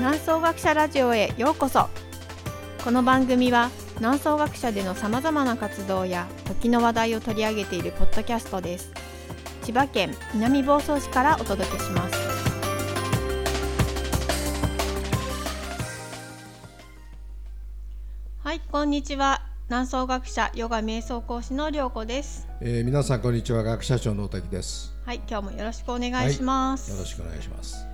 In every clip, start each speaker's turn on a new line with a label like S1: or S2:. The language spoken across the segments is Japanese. S1: 南総学者ラジオへようこそこの番組は南総学者でのさまざまな活動や時の話題を取り上げているポッドキャストです千葉県南房総市からお届けしますはいこんにちは南総学者ヨガ瞑想講師の涼子です
S2: えー、皆さんこんにちは学者長の大滝です
S1: はい今日もよろしくお願いします、
S2: よろしくお願いします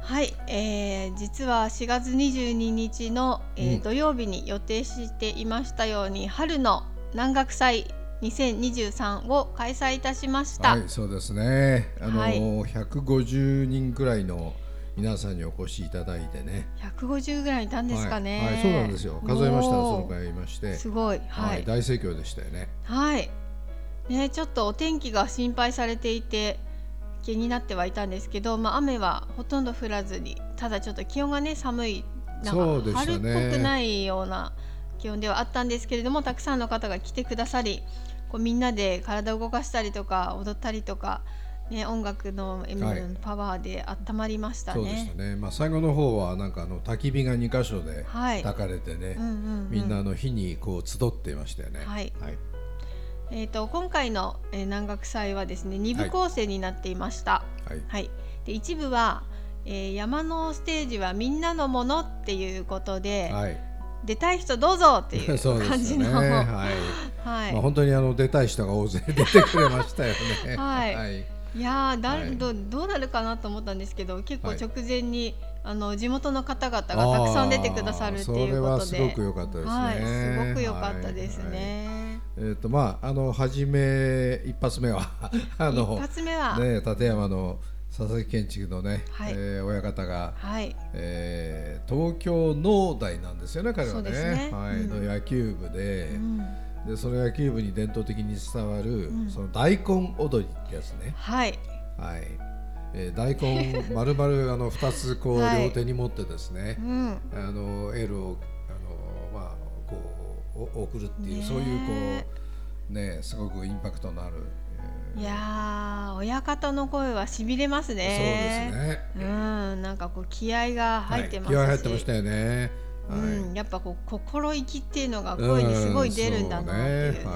S1: はい、えー実は4月22日の、えー
S2: うん
S1: 土曜日に予定していましたように春の南学祭2023を開催いたしました、
S2: はいそうですねあのー、150人くらいの皆さんにお越しいただいてね
S1: 150ぐらいいたんですかね、
S2: はい、はい、そうなんですよ数えましたら
S1: おー
S2: その回いまして
S1: すごいは
S2: はいい、大盛況でしたよね
S1: はいね、ちょっとお天気が心配されていて気になってはいたんですけど、まあ、雨はほとんど降らずにただちょっと気温がね寒いなん
S2: そうで
S1: か
S2: した
S1: 春っぽ
S2: ね
S1: くないような気温ではあったんですけれども、たくさんの方が来てくださりこうみんなで体を動かしたりとか踊ったりとか、ね、音楽のエミ
S2: はい
S1: のパワーで温まりました
S2: そうでし
S1: ね
S2: た。ねまあ最後の方はなんかあの焚き火が2箇所で
S1: はい、
S2: 焚かれてね、
S1: うんうんうん
S2: みんなあの火にこう集っていましたよね
S1: はい
S2: はい、
S1: えー、と今回の、えー南学祭はですね2
S2: は
S1: 部
S2: い
S1: 構成になっていました。
S2: はい
S1: はい、で一部は、えー山のステージはみんなのものっていうことで、
S2: はい
S1: 出たい人どうぞってい
S2: そう
S1: う
S2: で
S1: 感
S2: す
S1: じ
S2: よね
S1: の、
S2: はい、
S1: はい
S2: まあ、本当にあの出たい人が大勢出てくれましたよね
S1: はい
S2: はい
S1: いやーだ、
S2: はい
S1: どどうなるかなと思ったんですけど結構
S2: はい
S1: 直前に、あの地元の方々がたくさん出てくださるっていう
S2: あ
S1: こ
S2: ー
S1: と
S2: そ
S1: で
S2: れはすごく良かったですね。
S1: はい、すごく良かったですね。
S2: はい。えっ、とまああの初め一発目は あの
S1: 一発目は、
S2: ね立山の佐々木建築のね、
S1: はい
S2: えー親方が、
S1: はい、
S2: えー東京農大なんですよね彼はね
S1: そうですね
S2: はい
S1: うん
S2: の野球部で,、
S1: うん
S2: でその野球部に伝統的に伝わる、
S1: ん
S2: その大根踊りってやつね。
S1: はい、
S2: はい。えー大根を丸々あの二つこう
S1: はい
S2: 両手に持ってですね。
S1: うん、
S2: あのエールをあの、まあ、こうお送るっていう、
S1: ねえ
S2: そういうこうねすごくインパクトのある、えー
S1: いやー親方の声はしびれますね。
S2: そうですね。
S1: うん、なんかこう気合が入ってます
S2: はい、気合
S1: し
S2: 入ってましたよね。はい
S1: うん、やっぱこう心意気っていうのが声にすごい出るんだなっていうね
S2: うんそうね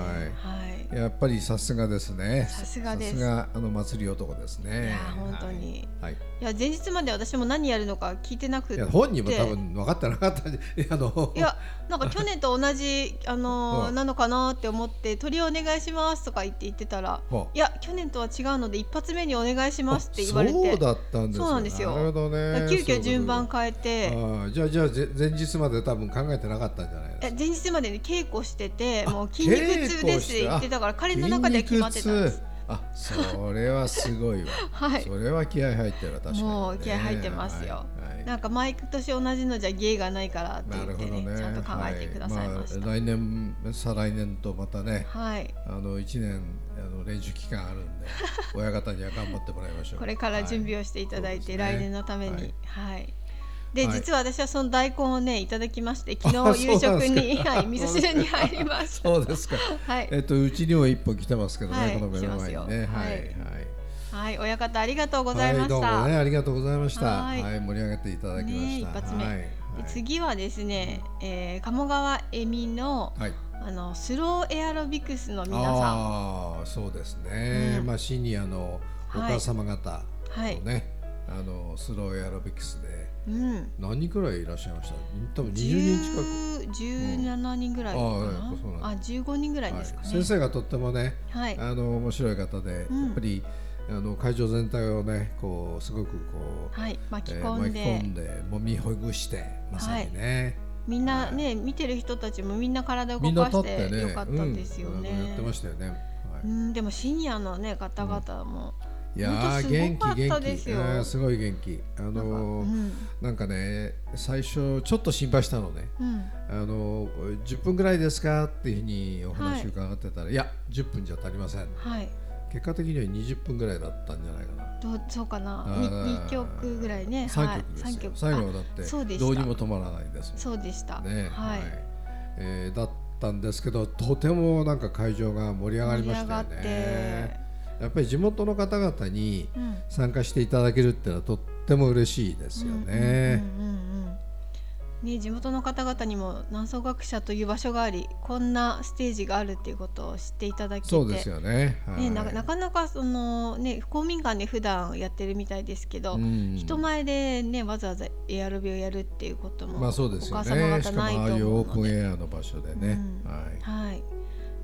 S1: はい、
S2: やっぱりさすがですね。
S1: さすがです
S2: さすがあの祭り男ですね。
S1: いや本当に
S2: はい。はい
S1: いや前日まで私も何やるのか聞いてなくて
S2: いや本人も多分分かってなかったんじゃ あの
S1: いやなんか去年と同じあ のー
S2: うん
S1: なのかなって思って「鳥お願いします」とか言って言ってたら
S2: ほう
S1: 「いや去年とは違うので一発目にお願いします」って言われ
S2: あ
S1: て
S2: そうだったんです
S1: そうなんですよ
S2: なるほどね。
S1: 急遽順番
S2: か。
S1: 変えて。
S2: ああじゃあじゃあぜ前日まで多分考えてなかったんじゃないです
S1: い
S2: か
S1: や。前日までに稽古しててもう
S2: あ
S1: 筋肉痛ですって
S2: 稽古して
S1: 言ってたから彼の中では決まってたんです。
S2: 筋肉痛あ、それはすごいわ。
S1: はい
S2: それは気合入ってるわ確かに、ね。
S1: もう気合入ってますよ
S2: はいはい
S1: なんか毎年同じのじゃ芸がないからって
S2: な
S1: 言
S2: る
S1: っ
S2: ほ
S1: て
S2: ど
S1: ね
S2: ね。
S1: ちゃんと考えてくださいました。
S2: は
S1: はい
S2: いまあ来年再来年とまたね、
S1: はい
S2: あの一年あの練習期間ある んで、親方には頑張ってもらいましょう。
S1: これから準備をしていただいて、
S2: はいそうですね
S1: 来年のために、はいで、
S2: はい
S1: 実は私はその大根をねいただきま して
S2: あ
S1: 昨日夕
S2: そうな
S1: 食
S2: んですか
S1: に、はい、味噌汁に入りました。
S2: はい。そうですか。
S1: はい、
S2: えっとうちにも一本来てますけどね、
S1: はい
S2: この目の前にね。
S1: 来てま
S2: はい
S1: すよ
S2: はい。
S1: はい、親方ありがとうございまし
S2: はどう
S1: た。
S2: もねありがとうございました。
S1: は
S2: はいい、盛り上げていただきました。
S1: ね一発目
S2: はい
S1: で
S2: はい
S1: 次はですね、えー鴨川恵美の
S2: はい。
S1: あのスローエアロビクスの皆さん、
S2: ああーそうですね、
S1: うん
S2: まあシニアのお母様方の
S1: はい、
S2: ね、あのスローエアロビクスで
S1: うん、
S2: 何人くらいいらっしゃいました多分20人近く、
S1: 10 17人ぐらいかな、
S2: ああそうなんだ
S1: あ15人ぐらい
S2: は
S1: で
S2: い
S1: すかね、
S2: 先生がとってもね
S1: はい、
S2: あの面白い方で、
S1: うん
S2: やっぱりあの会場全体をねこうすごくこう、
S1: はい、巻き
S2: えー
S1: 込んで、
S2: 巻き込んで揉みほぐしてまさにね、
S1: みんなね、見てる人たちもみんな体を
S2: み
S1: 動
S2: んな
S1: か
S2: 立
S1: し
S2: って
S1: て
S2: ね
S1: よかったですよね
S2: うんあのやってましたよね、はい
S1: うん、でもシニアのね方々も、
S2: いや
S1: 本当
S2: ー
S1: す
S2: 元
S1: ごか
S2: 気
S1: った
S2: 元
S1: です
S2: 気、
S1: よ
S2: うんすごい元気あのー
S1: うん
S2: なんかね最初ちょっと心配したのね
S1: うん、
S2: あの10分ぐらいですかっていうふうにお話
S1: はい
S2: 伺ってたら、い、や10分じゃ足りません
S1: はい、
S2: 結果的には20分ぐらいだったんじゃないかな
S1: どうそうかな、
S2: あ
S1: に
S2: ー
S1: 二曲ぐらいね、
S2: 3曲ですよ、
S1: はい、三曲、
S2: 最後
S1: あ
S2: はだって
S1: そうでした
S2: どうにも止まらないですも
S1: そうでした、
S2: んね
S1: はい、
S2: えーだったんですけどとてもなんか会場が盛り上がりましたよ
S1: 盛り上がって
S2: ねやっぱり地元の方々に
S1: うん、
S2: 参加していただけるっていうのはとっっても嬉しいですよね。
S1: うんうんうんうんね、地元の方々にも南宋学者という場所がありこんなステージがあるっていうことを知っていただきて
S2: そうですよね。はい
S1: ね、ななかなかその、ね、公民館で普段やってるみたいですけど、
S2: うん
S1: 人前で、ね、わざわざエアロビをやるっていうことも、
S2: まあそうですよ
S1: お母様
S2: ね。し
S1: 方
S2: かも
S1: ない
S2: ああ
S1: と
S2: いう
S1: 思う
S2: オ
S1: の
S2: ープン
S1: で、
S2: エアの場所でね。
S1: うん
S2: はい。
S1: はい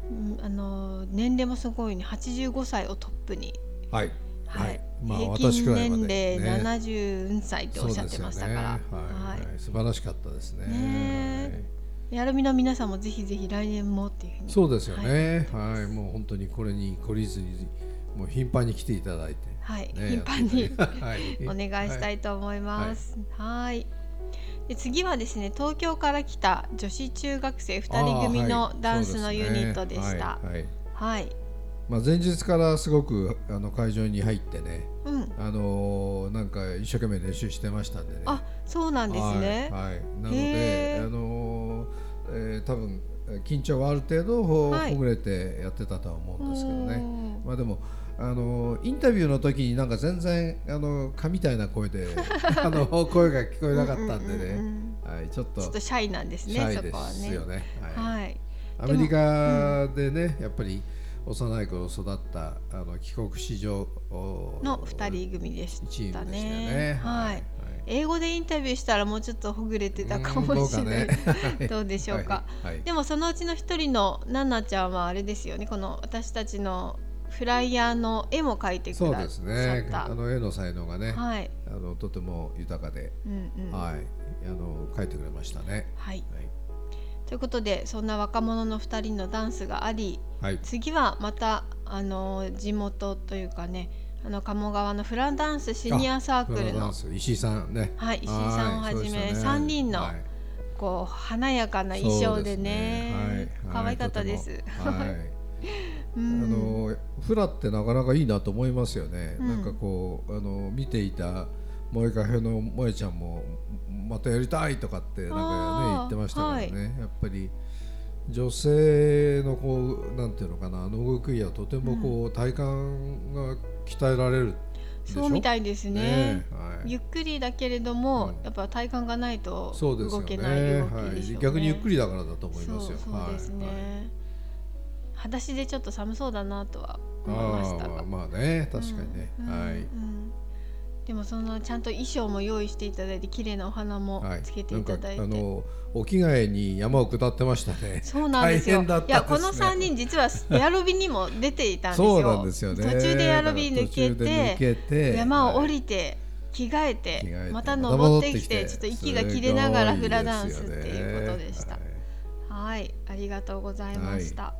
S1: うん、あの年齢もすごいね85歳をトップに、
S2: はい。はいまあ
S1: 平
S2: 私
S1: 均
S2: くらい
S1: 年
S2: までね
S1: 齢70歳とおっしゃってましたから、
S2: そうですよね
S1: は
S2: はいいはい。素晴らしかったですね。
S1: ね
S2: はい
S1: やるみの皆さんもぜひぜひ来年もっていうふうに
S2: そうですよね。はい、もう本当にこれに懲りずに、もう頻繁に来ていただいて。
S1: はい、
S2: ね
S1: 頻繁に お
S2: はい
S1: 願いしたいと思います。はい。で次はですね東京から来た女子中学生2人組
S2: あー
S1: の
S2: はい
S1: ダンスのユニットで
S2: そ
S1: し
S2: うすね
S1: た。
S2: はいはい
S1: はい、
S2: まあ、前日からすごくあの会場に入ってね、
S1: うん。
S2: あのーなんか一生懸命練習してましたんでね。
S1: あ、そうなんですね。
S2: はい、はいなの
S1: へ
S2: で、
S1: ー
S2: あのーえー多分緊張はある程度ほ,、
S1: はい
S2: ぐれてやってたとは思うんですけどね。
S1: おー
S2: まあでもあのインタビューの時になんか全然あの蚊みたいな声 であの声が聞こえなかったんで
S1: ううう
S2: ね、
S1: ん
S2: はい、ちょっと
S1: ちょっと
S2: シ
S1: シャイなんですね。
S2: ャイ
S1: そ
S2: で
S1: こは
S2: すよ
S1: ね。
S2: ね。はい
S1: はい。
S2: アメリカでねやっぱり幼い頃育ったあの帰国子女お
S1: の2人組でしたね。
S2: チームでしたよね。
S1: はい。英語でインタビューしたらもうちょっとほぐれてたか
S2: うんど
S1: も
S2: う
S1: しれ
S2: か
S1: ない。
S2: ね
S1: どうでしょうか。
S2: はいはい
S1: でもそのうちの一人のナナちゃんはあれですよねこの私たちのフライヤーの絵も描いてく
S2: そ
S1: だ
S2: う
S1: さっ
S2: で
S1: た
S2: すね。あの絵の才能がね、
S1: はい、
S2: あのとても豊かで、
S1: うんうんは
S2: はい、あの描いてくれましたね。
S1: い、
S2: はい。
S1: ということでそんな若者の2人のダンスがあり
S2: はい
S1: 次はまたあの地元というかねあの鴨川のフラダンスシニアサークル
S2: フラダ
S1: の
S2: ン、ス石井さんね。
S1: はい、石井さんをはじめ3人の、こう華やかな衣装でね可愛かったです。
S2: はい。
S1: う
S2: あ
S1: ん
S2: のフラってなかなかいいなと思いますよね。
S1: うん
S2: なんかこうあの見ていた萌えカフェの萌えちゃんもまたやりたいとかってなんか
S1: あ
S2: ね
S1: ー
S2: 言ってましたからね。やっぱり女性のこうなんていうのかなあの動きはとてもこう、体幹が鍛えられるでしょ。
S1: そうみたいですね
S2: えはい
S1: ゆっくりだけれども、
S2: うん
S1: やっぱ体幹がないと
S2: そうですよ
S1: 動けない
S2: ね。
S1: 動きでしょうね、
S2: はい。逆にゆっくりだからだと思いますよ。
S1: そうそうですね、
S2: はいはい
S1: 裸足でちょっと寒そうだなとは思いました
S2: あ
S1: が
S2: ーまあまあね確かにね、
S1: うん
S2: はい
S1: うんでもそのちゃんと衣装も用意していただいて綺麗なお花も
S2: はい
S1: つけていただいて、
S2: なんかあのお着替えに山を下ってましたね
S1: そうなんですよ
S2: 大変だった
S1: いや
S2: です
S1: こ
S2: ね
S1: の3人実はエアロビにも出ていたんですよ
S2: そうなんですよね
S1: 途中でエアロビ抜け
S2: 途中で抜
S1: て
S2: けて
S1: 山を降
S2: はい
S1: りて着替え
S2: 着替え
S1: て
S2: て
S1: また登ってき
S2: ま
S1: て
S2: た
S1: ちょっと
S2: 戻
S1: 息が切れながらフラダンスっ
S2: す
S1: て
S2: ごい
S1: いうことでし
S2: す
S1: た
S2: よね
S1: はい、ありがとうございました。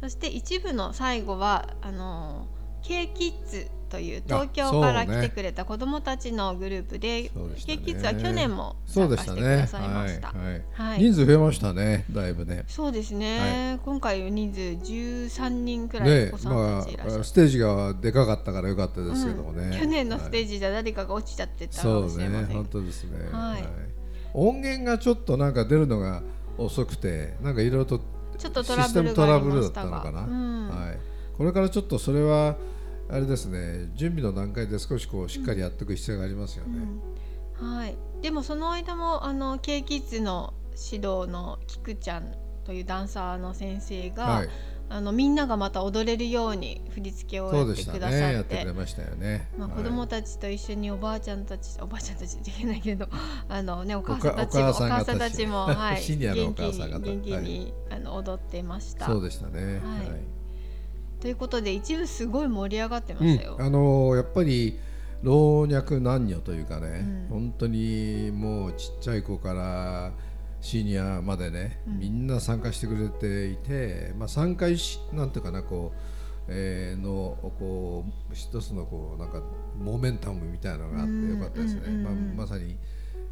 S1: そして一部の最後はあの K キッズという東京から
S2: あそう
S1: 来て
S2: ね
S1: くれた子どもたちのグループで、
S2: そうでした
S1: K
S2: ね
S1: キッズは去年も
S2: そ
S1: 参
S2: うで
S1: 加し
S2: し
S1: たて
S2: ね
S1: くださいました。
S2: はいはい
S1: はい、
S2: 人数増えましたねだいぶね
S1: そうですね。今回人数13人くらい
S2: ね
S1: お子さ
S2: ま
S1: ん
S2: あ
S1: たちいらっしゃる。
S2: ステージがでかかったからよかったですけども
S1: うん
S2: ね
S1: 去年のステー
S2: ジ
S1: ジじゃ誰かが落ちちゃってたか
S2: そ
S1: も
S2: う
S1: しれま
S2: ね
S1: せん。
S2: 本当ですね
S1: はい
S2: 音源がちょっとなんか出るのが遅くてなんかいろいろと
S1: ちょっとト
S2: シ
S1: ラブ
S2: ステム
S1: ル
S2: ト
S1: があ
S2: ラ
S1: り
S2: ブ
S1: ま
S2: ルだっ
S1: したた
S2: の
S1: が、
S2: かな、
S1: うん
S2: はい、これからちょっとそれはあれですね準備の段階で少しこうしっかりやっていく必要がありますよね、
S1: うんはい、でもその間もあの K キッズの指導のきくちゃんというダンサーの先生が、
S2: はい
S1: あのみんながまた踊れるように振り付けを
S2: そ
S1: や
S2: う
S1: っ
S2: で
S1: て
S2: した
S1: くださ
S2: ねや
S1: っ
S2: って
S1: て。
S2: くれましたよね、
S1: まあ、
S2: はい
S1: 子供たちと一緒におばあちゃんたち、おばあちゃんたちできない けどあの、ね、お母さんたちも
S2: お
S1: お
S2: 母さん
S1: 母
S2: 方
S1: さんたち も、はい、
S2: シニアのお
S1: 元気
S2: 母さん方
S1: に元気
S2: はい
S1: に、あの踊ってました
S2: そうでした
S1: は
S2: ね
S1: い
S2: はい
S1: ということで一部すごい盛り上がってましたよ。
S2: うん、あのーやっぱり老若男女というかね、
S1: うん
S2: 本当にもうちっちゃい子からシニアまでね、
S1: うん
S2: みんな参加してくれていて、まあ、参加しなんていうかなこう、えーのこう一つのこうなんかモメンタムみたいなのがあっ
S1: うん
S2: てよかったですね、
S1: うんうんうん
S2: まあ、まさに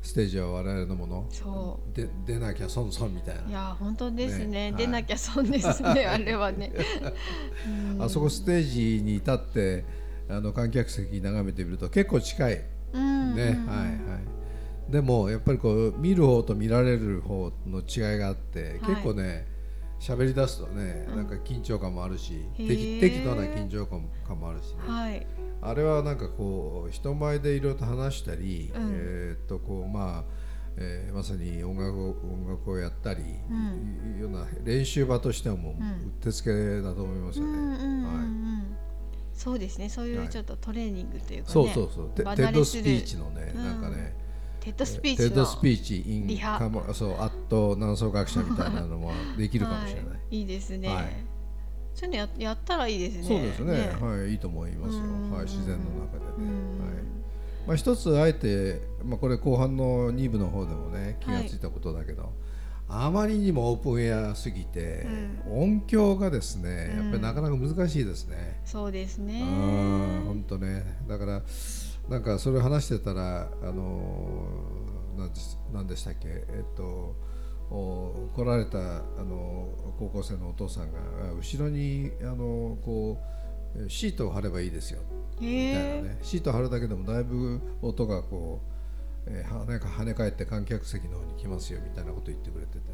S2: ステージは我々のもの
S1: そう
S2: で出なきゃ損損みたい
S1: い
S2: な
S1: や本当ですね
S2: ねはい
S1: 出なきゃ損です ねあれはね、うん
S2: あそこステージに立ってあの観客席眺めてみると結構近い
S1: うん
S2: ね、
S1: うん
S2: はいはい。でもやっぱりこう見る方と見られる方の違いがあって、
S1: はい
S2: 結構ね喋り出すとね、
S1: うん
S2: なんか緊張感もあるし
S1: へー
S2: 適適度な緊張感も感もあるしね、
S1: はい
S2: あれはなんかこう人前でいろいろと話したり、
S1: うん
S2: えーっとこうまあ、えーまさに音楽を音楽をやったり、
S1: うん
S2: いうような練習場としてはもうう
S1: うん
S2: うってつけだと思います
S1: う
S2: よ
S1: んうん
S2: ね。
S1: うんう
S2: はい
S1: んそうですねそうい
S2: は
S1: う
S2: い
S1: ちょっとトレーニングというかね、
S2: そうそうそう、テテ
S1: 離れ
S2: ッド
S1: す
S2: ス
S1: る
S2: ピーチのね、
S1: うん
S2: なんかね、
S1: テッドスピー
S2: テ
S1: チ
S2: ッド
S1: の
S2: スピーチイン
S1: リハ
S2: カモそうアット南宋学者みたいなのもできるかもしれない。
S1: はい、いいですね、
S2: はい
S1: そういうのややったらいいですね
S2: そうですねはい、いいと思いますよ、
S1: うん
S2: はい、自然の中で
S1: う
S2: ね。
S1: ん
S2: はいまあ、一つあえて、まあ、これ後半の2部の方でもね気がついたことだけど、あまりにもオープンエアすぎて、音響がですねやっぱりなかなか難しいですね。
S1: そうです
S2: う
S1: ね
S2: ん、本当ねだからなんかそれ話してたらあのなんですなんでしたっけえっとお来られたあの高校生のお父さんがあ後ろにあのこうシートを貼ればいいですよ
S1: へ
S2: みたいな
S1: え
S2: ね、シート貼るだけでもだいぶ音がこう、えー、跳ねか跳ね返って観客席の方に来ますよみたいなこと言ってくれててね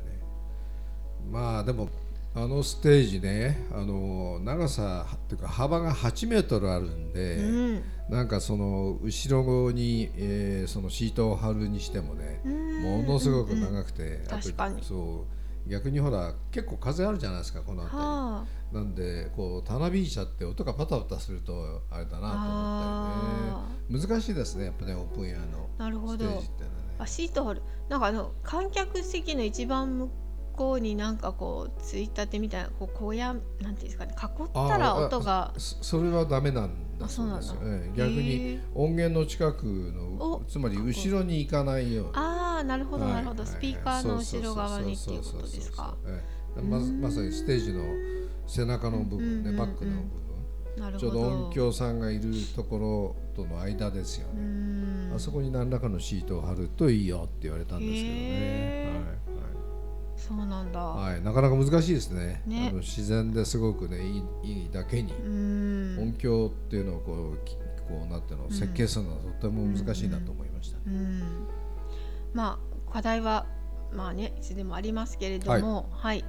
S2: まあでもあのステージねあの長さっていうか幅が8メートルあるんで、
S1: うん
S2: なんかその後ろに、えーそのシートを貼るにしてもね、
S1: うん
S2: ものすごく長くて、あと
S1: 確かに
S2: そう逆にほら結構風あるじゃないですかこの辺り。
S1: はあ
S2: なんでこうたなびいちゃって音がパタパタするとあれだなと思ったりね難しいですねやっぱねオープンエアの
S1: なるほ
S2: ステー
S1: ど
S2: ジっていうのはね
S1: あシートホルなんかあの観客席の一番向こうになんかこうついたてみたいなこう小屋なんていうんですかね囲ったら
S2: ああ
S1: 音が
S2: そそれはダメなんだそうです
S1: あ
S2: よ、
S1: そう
S2: ええ逆に
S1: へえ
S2: 音源の近く
S1: お
S2: のつまり後ろに行かないように
S1: ああなるほど
S2: はい
S1: なるほど、
S2: はい
S1: スピーカーの後ろ側にっていうことですか
S2: そうそうそうそうそうええまず
S1: うん
S2: まさにステージの背中の部分ね、
S1: うんうんうん
S2: バックの部分
S1: なる
S2: ち
S1: ほ
S2: ょうど
S1: ど
S2: 音響さんがいるところとの間ですよ
S1: う
S2: ね、
S1: ん
S2: あそこに何らかのシートを貼るといいよって言われたんですけど
S1: へ
S2: ね。
S1: そうなんだ、
S2: はいはいはい、なかなか難しいですね。
S1: ね
S2: あの自然ですごくねいいいいだけに、
S1: う
S2: 音
S1: ん
S2: 響っていうのをこうきこうなっていうのを
S1: ん
S2: 設計するのはとても難しいなと思いました。
S1: うんまあ課題はまあねいつでもありますけれどもはい、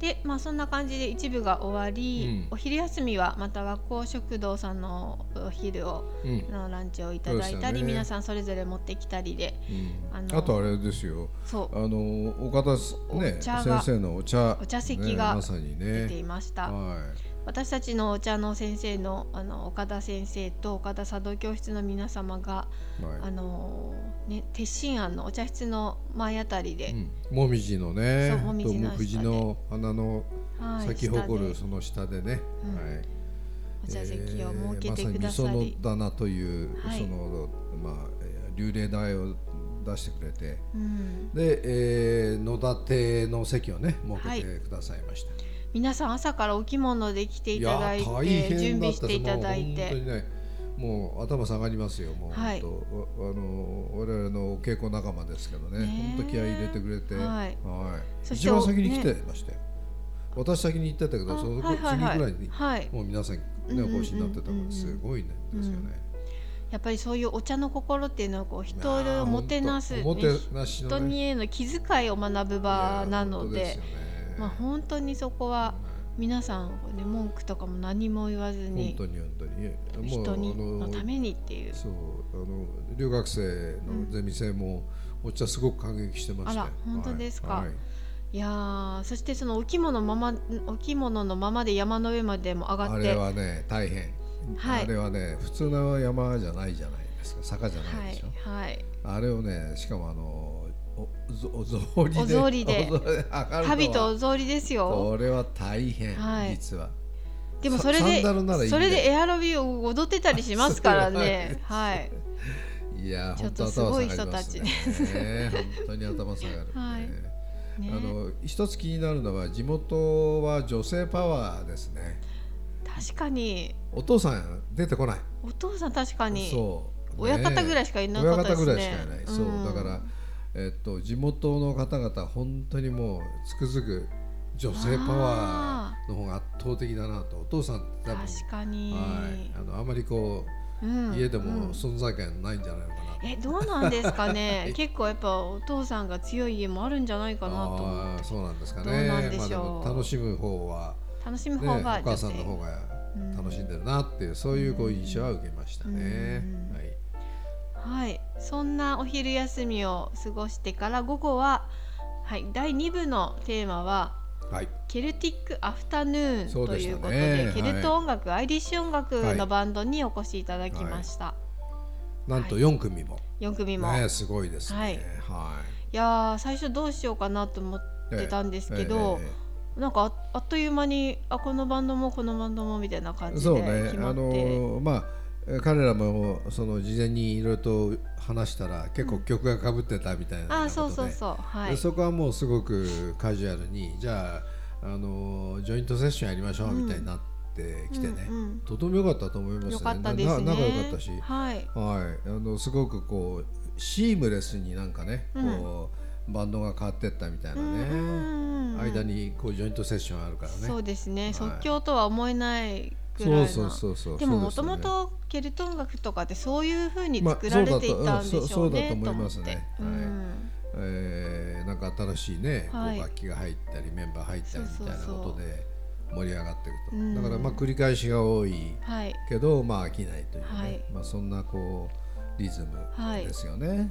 S1: でまあそんな感じで一部が終わり、
S2: うん
S1: お昼休みはまた和光食堂さんのお昼を
S2: うん
S1: のランチをいただいた
S2: そうでし
S1: り、
S2: たね
S1: 皆さんそれぞれ持ってきたりで
S2: うん
S1: あの
S2: あとあれですよ。
S1: そう
S2: あの岡田すね
S1: お茶が
S2: 先生のお茶
S1: お茶席が
S2: ねまさに
S1: 出て
S2: ね。
S1: いました、
S2: は
S1: 私たちのお茶の先生のあの岡田先生と岡田茶道教室の皆様が、
S2: いは
S1: あのね鉄心庵のお茶室の前あたり
S2: い。う
S1: で、
S2: んもみじのね、
S1: そ
S2: と
S1: うもみじの下で
S2: もくじの花の
S1: はい
S2: 咲き誇
S1: 下
S2: る
S1: で
S2: その下でね、
S1: うん
S2: はい。
S1: お茶席を設けて
S2: えー
S1: くださ
S2: まさに
S1: り
S2: 味、噌の棚という、
S1: はい
S2: そのまあえー流麗台を出してくれて
S1: うん、
S2: で、えー、野立ての席をね設け
S1: は
S2: てくださいました、
S1: 皆さん朝からお着物で来ていただい
S2: や大変だった
S1: て準備していただい
S2: もう本
S1: て
S2: 当にねもう頭下がりますよもう
S1: はい
S2: 本当、わあの我々のお稽古仲間ですけどね
S1: ねえ
S2: 本当気合い入れてくれて、
S1: はい
S2: はい
S1: そして
S2: 一番先に来てまして、私先に行ってたけ
S1: あ
S2: どその、
S1: はいはい
S2: 次ぐ
S1: は
S2: らい
S1: い
S2: に
S1: はい
S2: もう皆さん、ね、
S1: うんうんうんうん
S2: お越しになってたからすごいねですよね。
S1: やっぱりそういうお茶の心っていうのはこう人をもてなす、
S2: いやーおも
S1: ね
S2: てなしの、ね、
S1: 人にへの気遣いを学ぶ場なので
S2: いやー本当すよね
S1: まあ、本当にそこは皆さん、ね、文句とかも何も言わず
S2: 本
S1: に
S2: 当に本当にいやもう
S1: 人に
S2: あ
S1: の
S2: の
S1: ためにっていう
S2: そうあの留学生のゼミ生もお茶すごく感激してまして、
S1: あら本当ですか
S2: はいはい
S1: いやーそしてそのお着物ままお着物のままで山の上までも上がっ
S2: あれ
S1: て
S2: はね大変、
S1: はい
S2: あれはね普通の山じゃないじゃないですか坂じゃ
S1: は
S2: ないで
S1: い
S2: しょ、
S1: はい
S2: あれをねしかもあのおおぞおぞりで
S1: お草履で
S2: お草履上がるのは
S1: 旅とお雑りですよ
S2: これは大変、
S1: はい
S2: 実は
S1: でも
S2: サ
S1: それ
S2: サ
S1: で
S2: ンダルならいいんだ
S1: それ
S2: よ
S1: でエアロビを踊ってたりしますからね はい
S2: いやー
S1: ちょっ
S2: 本
S1: と
S2: 当
S1: すご
S2: 頭
S1: い
S2: 下がりますね。本当に頭下がる、ね
S1: はいね
S2: あの一つ気になるのは地元は女性パワーですね。
S1: 確かに
S2: お父さん出てこない。
S1: お父さん確かに
S2: そう。
S1: 親方ぐらい
S2: し
S1: しかい
S2: か
S1: なかったですね
S2: 親方ぐらいしかいない。そう、
S1: ん
S2: だからえっと地元の方々本当にもうつくづく女性パワーの方が圧倒的だなと。お父さんって多分
S1: 確かに、
S2: はいあのあまりこ
S1: う
S2: う、
S1: ん
S2: 家で
S1: うん
S2: も存在感ないんじゃないのかなと思います、
S1: えどうなんですか ね結構やっぱお父さんが強い家もあるんじゃないかなと思
S2: あ
S1: っ
S2: あ
S1: て
S2: そうなんですか
S1: どうなん
S2: ね
S1: で
S2: まあ
S1: し
S2: で
S1: ょう
S2: も楽しむ方は
S1: 楽しむ
S2: ね
S1: 方が
S2: お
S1: 女性
S2: 母さんの方が
S1: うん
S2: 楽しんでるなっていうそういうこう印象は受けましたね
S1: うん
S2: はい
S1: はい、そんなお昼休みを過ごしてから午後は、はい、第2部のテーマは
S2: はい
S1: ケルティックアフタヌーン
S2: そう
S1: と
S2: でし
S1: い
S2: た
S1: う
S2: ね
S1: ことでケルト
S2: はい
S1: 音楽、アイリッシュ音楽のバンドにお越しいただきました、
S2: なんと四組も
S1: 4組も、
S2: ね
S1: い
S2: すごいです
S1: はい
S2: ねは
S1: やー最初どうしようかなと思っ
S2: い
S1: てたんですけど、
S2: ええええ
S1: なんかああっという間にあこのバンドもこのバンドもみたいな感じ
S2: そう
S1: で
S2: ね
S1: 決ま
S2: あ
S1: って、
S2: のまあえ彼らもその事前にいろいろと話したら結構曲がかぶってたみたいなことで、
S1: あそうそうそうはい
S2: でそこはもうすごくカジュアルにじゃああのジョイントセッションやりましょうみたいになってきてね、
S1: うんうん
S2: とても良かったと思いますね
S1: よかったですね
S2: な仲良かったし、はい
S1: はい
S2: あのすごくこうシームレスになんかね、こうバンドが変わってったみたいな
S1: う
S2: ね、
S1: んうんうん
S2: 間にこうジョイントセッションあるからね
S1: そうですね、
S2: はい
S1: 即興とは思えないぐらいな
S2: そうそうそうそう
S1: でも
S2: そう
S1: も
S2: です
S1: と
S2: よね
S1: もとケルト音楽とかってそういうふうに
S2: まあ
S1: 作られていたんでし
S2: そ
S1: ょう
S2: うだ
S1: ね、
S2: とうんそうそうだと思いますね
S1: と思ってうん
S2: えーなんか新しいね、こう
S1: はい
S2: 楽器が入ったりメンバー入ったりみ
S1: そうそ
S2: たいな
S1: うそう
S2: ことで盛り上がっていくと
S1: うん
S2: だからまあ繰り返しが多い
S1: はい
S2: けどまあ飽きないというね、
S1: はい
S2: まあ、そんなこうリズム
S1: はい
S2: ですよね。はい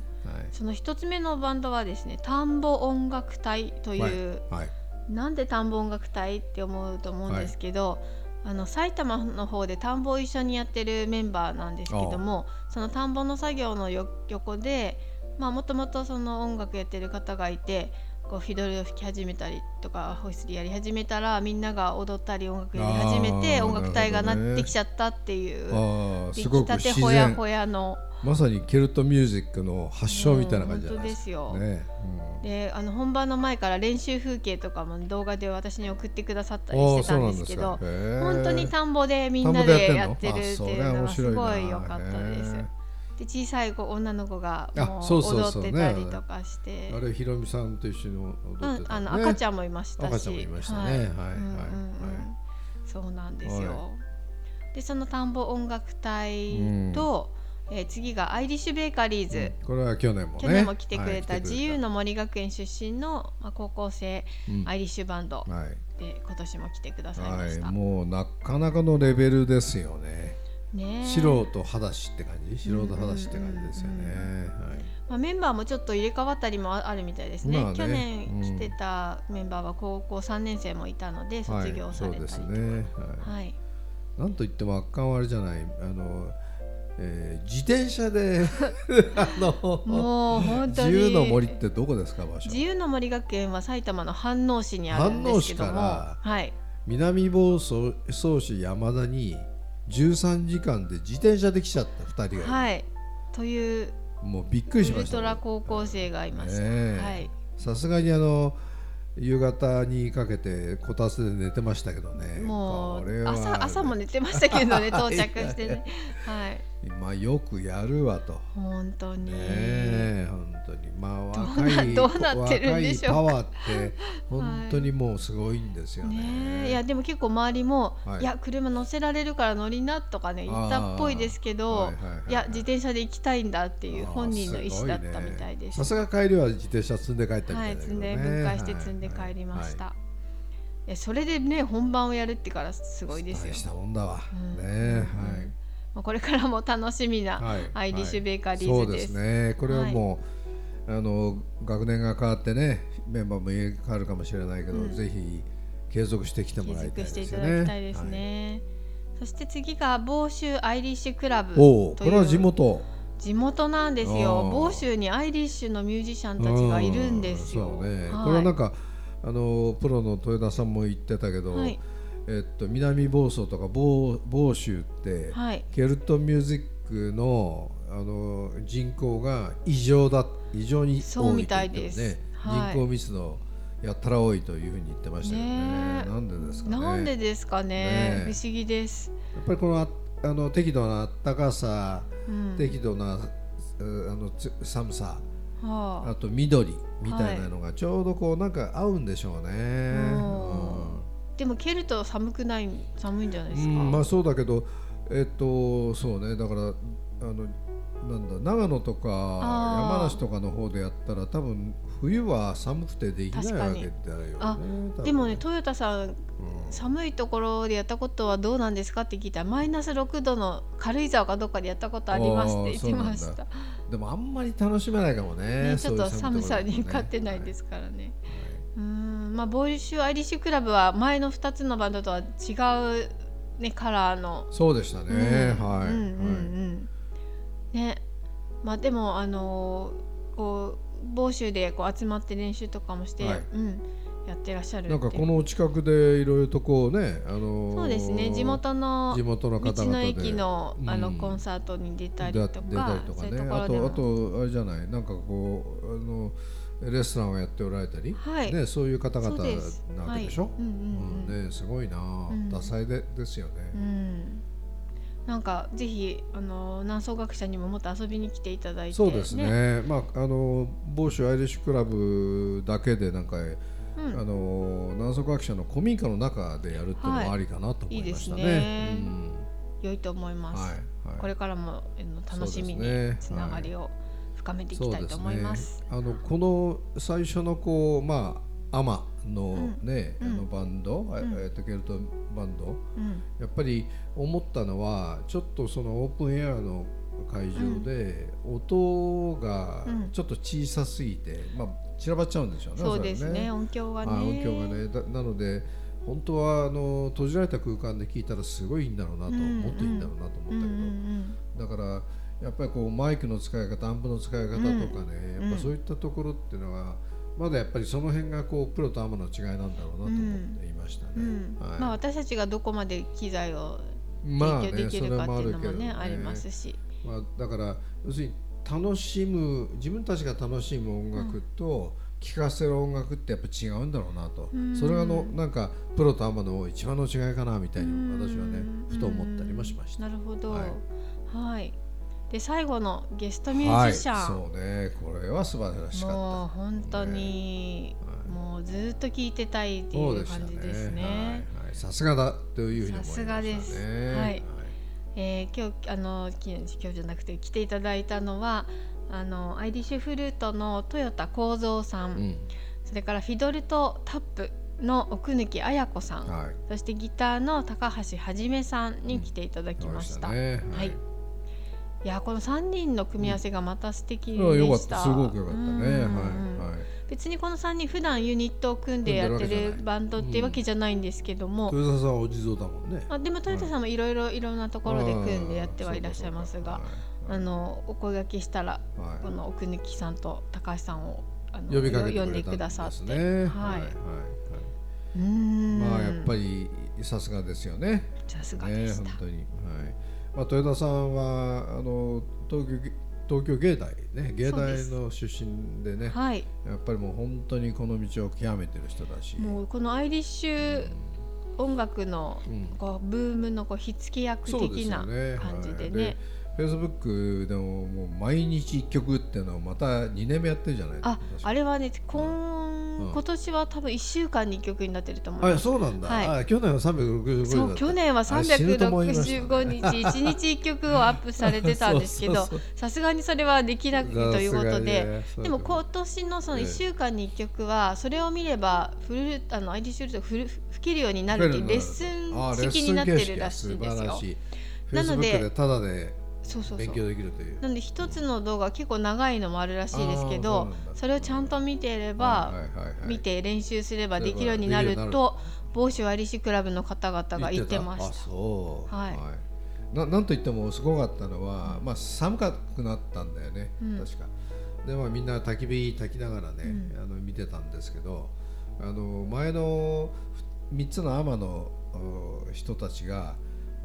S1: その一つ目のバンドはですね田んぼ音楽隊という、
S2: はい
S1: なんで田んぼ音楽隊って思うと思うんですけど、あの埼玉の方で田んぼを一緒にやってるメンバーなんですけどもその田んぼの作業のよ横でまあもともとその音楽やってる方がいてこうフィドルを吹き始めたりとかホイスリーやり始めたらみんなが踊ったり音楽やり始めて
S2: あー
S1: 音楽隊が
S2: なるほどね
S1: なってきちゃったっていう、
S2: はい、ああ
S1: 出
S2: す
S1: 来
S2: ごく
S1: たて
S2: 自
S1: ほや
S2: 然
S1: ほやの
S2: まさにケルトミュージックの発祥みたいな感じじゃないですか。
S1: うん本当
S2: ね
S1: であの本番の前から練習風景とかも動画で私に送ってくださったりしてたんですけど。本
S2: 本
S1: 当に田んぼでみ
S2: み
S1: んなでやってるっていうのがすごい良かったです。で小さい子女の子がも
S2: あ
S1: う
S2: そうそうそ
S1: 踊
S2: う
S1: ってたりとかして、
S2: あれひろみさんと一緒に踊って
S1: う
S2: た、ね
S1: ん、あの赤ちゃんもいましたし、
S2: 赤ちゃんもいましたねはいはい
S1: うんうんうん
S2: は
S1: そうなんですよ。でその田んぼ音楽隊と、えー次がアイリッシュベーカリーズ。
S2: うんこれは去年もね
S1: 去年も来てくれた
S2: はい来
S1: 自由の森学園出身のまあ高校生
S2: うん
S1: アイリッシュバンド
S2: はい
S1: で今年も来てくださいま
S2: はい
S1: した。
S2: もうなかなかのレベルですよね、
S1: ねえ
S2: 素人裸足って感じ素人裸足って感じですよね、
S1: うん
S2: はい
S1: まあ、メンバーもちょっと入れ替わったりもああるみたいですね,、
S2: まあね
S1: 去年来てたメンバーは高校3年生もいたので
S2: はい
S1: 卒業されたりとか、
S2: そ
S1: は
S2: う
S1: い
S2: ですね、はいなんといっても圧巻はあれじゃないあの、えー、自転車 であの
S1: もう本当
S2: 自
S1: に
S2: 由の森ってどこですか場所
S1: 自由の森学園は埼玉の飯能市にあるんですけども
S2: 飯能市か
S1: はい、
S2: 南房総総市山田に13時間で自転車で来ちゃった2人がいる、
S1: はい、という
S2: もうびっく
S1: ウ
S2: りしま
S1: ル
S2: した
S1: トラ高校生がいました、
S2: ねえ
S1: はい、
S2: さすがにあの夕方にかけてこたつで寝てましたけどね
S1: も
S2: これ
S1: う
S2: は
S1: 朝朝も寝てましたけどね到着してねはい
S2: まあよくやるわと。
S1: 本当に、
S2: ねえ本当にまあ
S1: どう
S2: 若
S1: ないどうなってるんでしょうか
S2: 若いパワーって本当にもうすごいんですよね。
S1: ねえいやでも結構周りも、、
S2: はいい
S1: や車乗せられるから乗りなとかね言ったっぽいですけど、
S2: あーはいいはいはい
S1: や自転車で行きたいんだっていう
S2: あー
S1: 本人の意
S2: す
S1: 思
S2: ご
S1: だ
S2: ね
S1: ったみたいです。
S2: さすが帰りは自転車積んで帰ったみ
S1: は
S2: たい
S1: い、
S2: だけ
S1: 積
S2: ど
S1: んで
S2: ね。
S1: 分解して積んで帰りました。えそれでね本番をやるってからすごいですよ
S2: 大し。たもんだわ。
S1: うん
S2: ね
S1: うんまあこれからも楽しみ
S2: は。
S1: ない
S2: はい。
S1: アイリッシュベーカリ
S2: そ
S1: ー
S2: う
S1: ズ
S2: で
S1: ですす。
S2: ね。これはもう、あの学年が変わってねメンバーも入れ替わるかもしれないけど、
S1: うん
S2: ぜひ継続してきてもらいた
S1: 継
S2: い
S1: 続して
S2: で
S1: い
S2: す
S1: た
S2: よ
S1: だ
S2: ね。
S1: きたいですね。そして次が房州アイリッシュクラブ
S2: はいおお、
S1: とい
S2: こ
S1: う
S2: れは地元。
S1: 地元なんです
S2: あ
S1: よ
S2: ー
S1: 房州にアイリッシュのミュージシャンたちがいるんですよ。
S2: うんそうね、
S1: はい
S2: これはなんかあのプロの豊田さんも言ってたけど、
S1: はい
S2: えっと南房総とか房房州って、
S1: はい
S2: ケルトミュージックのあの人口が異常だ異常に多いと
S1: そうみたいです
S2: 言ってもね
S1: はい
S2: 人口密度やったら多いというふうに言ってましたけどね
S1: ねえ
S2: なんでですかね
S1: なんで
S2: や
S1: ですかね
S2: ね
S1: 不思議です。
S2: っぱりこのああの適度な暖かさ、
S1: うん、
S2: 適度なうあのつ寒さ、あ
S1: は
S2: と緑みたいなのがちょうどこうなんか合うんでしょう
S1: あ、
S2: ね。うん
S1: うんでも蹴ると寒くない寒いんじゃないですか。
S2: うんまあそうだけどえっとそうねだからあのなんだ長野とか
S1: あー
S2: 山梨とかの方でやったら多分冬は寒くてできないわけだよね
S1: 確か
S2: 多分
S1: でもね、トヨタさん
S2: うん
S1: 寒いところでやったことはどうなんですかって聞いたらマイナス6度の軽井沢かどっかでやったことありますって言ってまし
S2: あーそうな
S1: た、
S2: でもあんまり楽しめないかもね、
S1: ね、ちょっと寒さに勝てないですすからね
S2: はいはいう
S1: ーんまあボーイッシュアイリッシュクラブは前の2つのバンドとは違う、ね、カラーの
S2: そうでしたね、
S1: うん
S2: はい、
S1: うんうんうんねまあでもあのーこう房州でこう集まって練習とかもして、
S2: はい
S1: うん、やってらっしゃる
S2: なんか
S1: って
S2: この近くでいろいろとこうね、あのー
S1: そうですね地元の
S2: 地元の
S1: 道
S2: 方々
S1: の
S2: で
S1: 駅のあの
S2: うん
S1: コンサートに出たり
S2: 出
S1: と
S2: た
S1: か,、
S2: 出たりとか
S1: そうい
S2: ね
S1: うとこ
S2: あ
S1: ろでも
S2: とあとあれじゃないなんかこうあのレストランをやっておられたり、
S1: はい、
S2: ね、そういう方々
S1: そうです
S2: なわけでしょ、
S1: はいうんうんうん
S2: うんね、すごいな、
S1: ん
S2: 多彩でですよね、
S1: うんなんかぜひあの南総学者にももっと遊びに来ていただいて
S2: そうですねまああの某州アイリッシュクラブだけでなんか、
S1: う
S2: あ
S1: ん、
S2: の南足学者の古民家の中でやるっていうの
S1: はい
S2: もありかなと思いましたね。
S1: いいですね
S2: うん
S1: 良いと思います、
S2: はいはい、
S1: これからもあの楽しみ
S2: そう
S1: に
S2: ですね
S1: つながりを深めていきたいと思います。
S2: そうですね、あのこの最初のこうまあアマのね、
S1: うん
S2: あのバンド、
S1: ん
S2: えっとケルトバンド、
S1: うん
S2: やっぱり思ったのはちょっとそのオープンエアの会場で音が
S1: うん
S2: ちょっと小さすぎて、まあ散らばっちゃうんでしょうね。
S1: そうです
S2: れは
S1: ね音響がね
S2: はい音響がねだなので本当はあの閉じられた空間で聞いたらすごいいいんだろうなと、
S1: うん
S2: もっといいんだろうなと思った
S1: う
S2: け
S1: ん
S2: ど、
S1: うん
S2: だからやっぱりこうマイクの使い方アンプの使い方とかね、
S1: うん
S2: やっぱそういったところっていうのはまだやっぱりその辺がこうプロとアマの違いなんだろうなと思っていましたね。
S1: うんうん
S2: はい
S1: まあ私たちがどこまで機材を
S2: まあ
S1: 提供できるかっていうのもねありま
S2: ね
S1: すし、
S2: まあ、だから要するに楽しむ自分たちが楽しむ音楽と聴かせる音楽ってやっぱ違うんだろうなと、
S1: うん
S2: それがあのなんかプロとアマの一番の違いかなみたいに
S1: うん
S2: 私はねふと思ったりもしました。
S1: なるほど。は
S2: はいい。
S1: で最後のゲストミュージシャン、
S2: はい、そうねこれは素晴らしかった。
S1: もう本当に、
S2: はい
S1: もうずっと聞いてたいってい
S2: そう
S1: う
S2: でした
S1: 感じ
S2: ね
S1: ですね。
S2: はいはい、さすがだというふうに思いましたね。
S1: さすがですはいえー今日あのき今日じゃなくて来ていただいたのはあのアイリッシュフルートの豊田幸三さん、
S2: うん、
S1: それからフィドルとタップの奥貫綾子さん、
S2: はい。
S1: そしてギターの高橋はじめさんに来ていただきました。
S2: わかりね
S1: はいいやこの3人の組み合わせがまた素敵で
S2: はい。よか
S1: し
S2: った
S1: た。
S2: すごくよかったね。は
S1: う
S2: い
S1: んうんうん
S2: はい。
S1: 別にこの3人普段ユニットを組んでやって
S2: 組んでるわ
S1: る
S2: けじゃない
S1: バンドってわけじゃないんですけども、
S2: 豊田さんはお地蔵だもんね。
S1: あでも豊田さんもいろいろいろんなところで組んでやってはいらっしゃいますが、あ
S2: の、
S1: のお声がけしたら
S2: はい
S1: この奥貫さんと高橋さんをあの
S2: 呼びかけて
S1: 呼
S2: れた
S1: ん
S2: ん
S1: でくださっ
S2: です
S1: て、は
S2: ね。はいいはい。は
S1: うー
S2: い
S1: ん
S2: まあやっぱりさすがですよね。
S1: さすがで
S2: ね
S1: した、
S2: 本当に。はい。まあ豊田さんはあの東京芸東京芸大ね芸
S1: そうで
S2: 大
S1: す
S2: の出身でね。
S1: はい
S2: やっぱりもう本当にこの道を極めてる人だし。
S1: もうこのアイリッシュ音楽の
S2: うん
S1: こうブームのこう火付け役
S2: そうで
S1: 的
S2: す
S1: な
S2: よね
S1: 感じで
S2: はい
S1: ね。
S2: フェイスブックでももう毎日一曲っていうのをまた2年目やってるじゃない
S1: ああ
S2: れ
S1: れはね今,、
S2: うん
S1: 今年は多分1週間に1曲になってると思います
S2: あそうなんだ、
S1: はい
S2: あ去年は365日だ
S1: そ
S2: っ
S1: う
S2: た
S1: 去年は
S2: あ死ぬと思いましたね
S1: 365日1日1曲をアップされてたんですけ
S2: そ
S1: ど
S2: うそうそう
S1: さすがにそれはできなくてということで。
S2: さすがにね
S1: でも今年のその
S2: ええ
S1: 1週間に1曲はそれを見ればフルあの ID シュルートフル吹けるようになるっていうレッスン式になってるらしいんですよ。な
S2: な
S1: の
S2: の
S1: で
S2: でただで
S1: そうそう
S2: 勉
S1: そう
S2: 強できるという
S1: なので一つの動画結構長いのもあるらしいですけ
S2: あーそう
S1: ど
S2: なんだ
S1: それをちゃんと見てれば
S2: はいはいはいはい
S1: 見て練習すればできるようにな
S2: で
S1: る
S2: きるようにな
S1: と某州アリシクラブの方々が言ってました
S2: あ。そう
S1: はい
S2: ななんといってもすごかったのは、まあ、寒くなったんだよね、
S1: うん
S2: 確かで、まあ、みんな焚き火焚きながらね、
S1: う
S2: あの見てたんですけどあの前の3つの天のお人たちが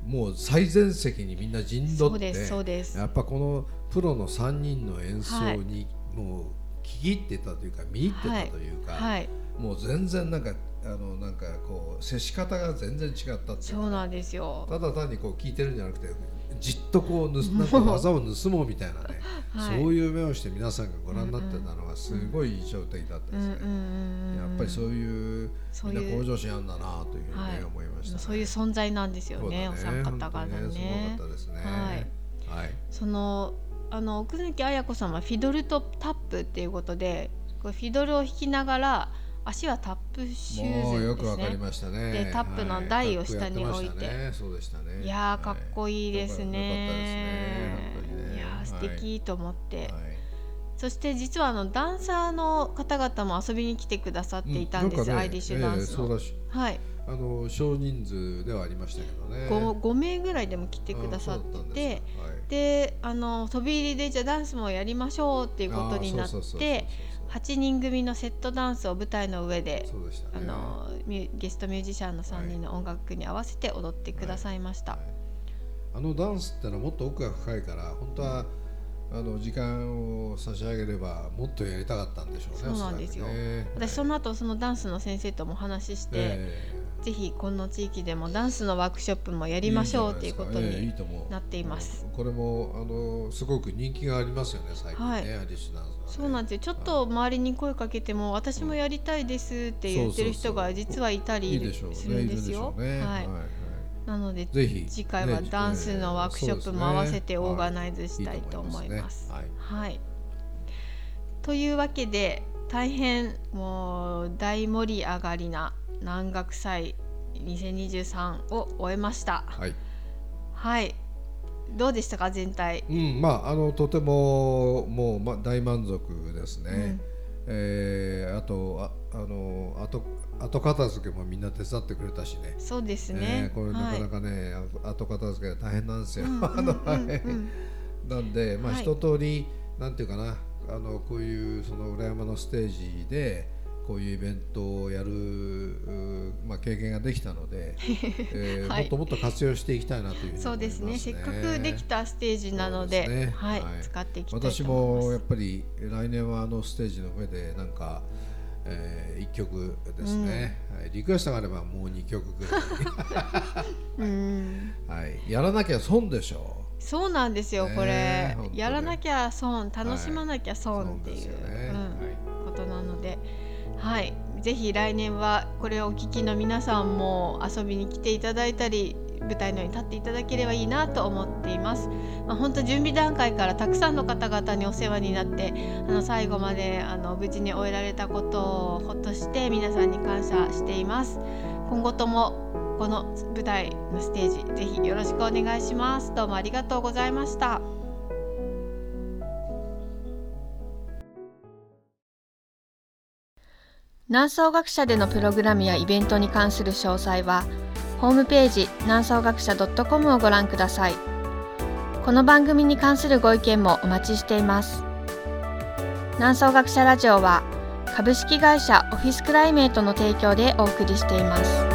S2: もう最前席にみんな陣
S1: そ
S2: 取
S1: う
S2: っ
S1: です
S2: て
S1: そうです。
S2: やっぱこのプロの3人の演奏
S1: はい
S2: にもう聞き入ってたというか見入ってたというか、
S1: はい、
S2: もう全然なんかあのなんかこう接し方が全然違ったっていうか
S1: そうなんですよ。
S2: ただ単にこう聞いてるんじゃなくてじっとこう盗なんか技を盗もうみたいなね、
S1: はい
S2: そういう目をして皆さんがご覧になってたのがすごい印象的だった
S1: う
S2: で
S1: んうん
S2: すね、
S1: うんうん。
S2: やっぱりそういう
S1: そう
S2: みん
S1: い
S2: な
S1: う
S2: 向上心あんだなというふうにね、
S1: はい
S2: 思いました、ね、
S1: そういう存在なんですよね。お
S2: そうだ
S1: 三方々
S2: 本当に
S1: ね。
S2: すごかったですね
S1: はい
S2: はい
S1: そのあの奥月綾子さんはフィドルとタップっていうことでこうフィドルを弾きながら足はタップシュー
S2: もう
S1: ズ
S2: よ
S1: で
S2: く
S1: す
S2: わかり
S1: ね。
S2: ましたね
S1: でタップの台を下に置いて
S2: はいかっこやってましたねそうでしたね
S1: いやーかっこいい
S2: は
S1: ですね
S2: よかったですね。
S1: いやー素敵と思って、
S2: やっぱりねはい
S1: そして実はあのダンサーの方々も遊びに来てくださっていたんです、
S2: うなかね
S1: アイリッシュダン
S2: え
S1: ス
S2: え
S1: の。
S2: そうらしい
S1: はい、
S2: あの少人数ではありましたけどね
S1: 5, 5名ぐらいでも来てくださってて。であの飛び入りでじゃあダンスもやりましょうっていうことになって8人組のセットダンスを舞台の上で
S2: そうでした
S1: あ
S2: ね
S1: のミュゲストミュージシャンの3人の音楽に合わせて踊ってくださいました、
S2: はいあのダンスってのはもっと奥が深いから本当はあの時間を差し上げればもっとやりたかったんでしょうね
S1: そうなんですよ
S2: おそらくね
S1: 私その後そのダンスの先生ともお話しして、
S2: ええ
S1: ぜひこの地域でもダンスのワークショップもやりましょうっていうこと
S2: いいじ
S1: に
S2: ゃなですかええいいと思う
S1: なっています
S2: これもあのすごく人気がありますよね最近ね、
S1: はい
S2: アイリッシュダンスはね、
S1: そうなんですよちょっと周りに声かけても私もやりたいですって言ってる人が実はいた
S2: いいで
S1: り
S2: しょうね
S1: するんですよ
S2: いい。でしょうね
S1: はい
S2: はい
S1: なので
S2: ぜひ
S1: 次回は
S2: ね
S1: ダンスのワークショップも合わせてオーガナイズしたいと思います。
S2: はい
S1: はい、というわけで大変もう大盛り上がりな南学祭2023を終えました。
S2: はい、
S1: はい、どうでしたか全体。
S2: うん、まああのとてももうま大満足ですね。
S1: うん
S2: えーあとああの後後片付けもみんな手伝ってくれたしね。
S1: そうですね。
S2: えーこれなかな
S1: か。
S2: かね、あ後片付けが大変なんですよ。
S1: うん
S2: あのはい
S1: うんうんうん
S2: なんでまあ
S1: はい
S2: 一通り、なんていうかなあのこういうその裏山のステージでこういうイベントをやるうーまあ経験ができた ので、えー
S1: はい
S2: もっともっと活用していきたいなというふうに思いますね。
S1: そうですねせっかくできたステージなので
S2: そうですね
S1: はい
S2: はい
S1: 使っていきたいと思います
S2: 私もやっぱり来年はあのステージの上でなんか、えー、1曲ですね、はい、リクエストがあればもう2曲ぐ
S1: うん
S2: らい、はい、やらなきゃ損でしょ
S1: そうなんですよ、
S2: ねえ
S1: これ
S2: 本当ね
S1: やらなきゃ損楽しまなきゃ損っていう
S2: そうですよね
S1: うんことなので、はい、ぜひ来年はこれをお聞きの皆さんも遊びに来ていただいたり舞台の上に立っていただければいいなと思っています。まあ、本当準備段階からたくさんの方々にお世話になってあの最後まであの無事に終えられたことをほっとして皆さんに感謝しています。今後ともこの舞台のステージぜひよろしくお願いしますどうもありがとうございました南総学社でのプログラムやイベントに関する詳細はホームページ南総学社 .com をご覧くださいこの番組に関するご意見もお待ちしています南総学社ラジオは株式会社オフィスクライメイトの提供でお送りしています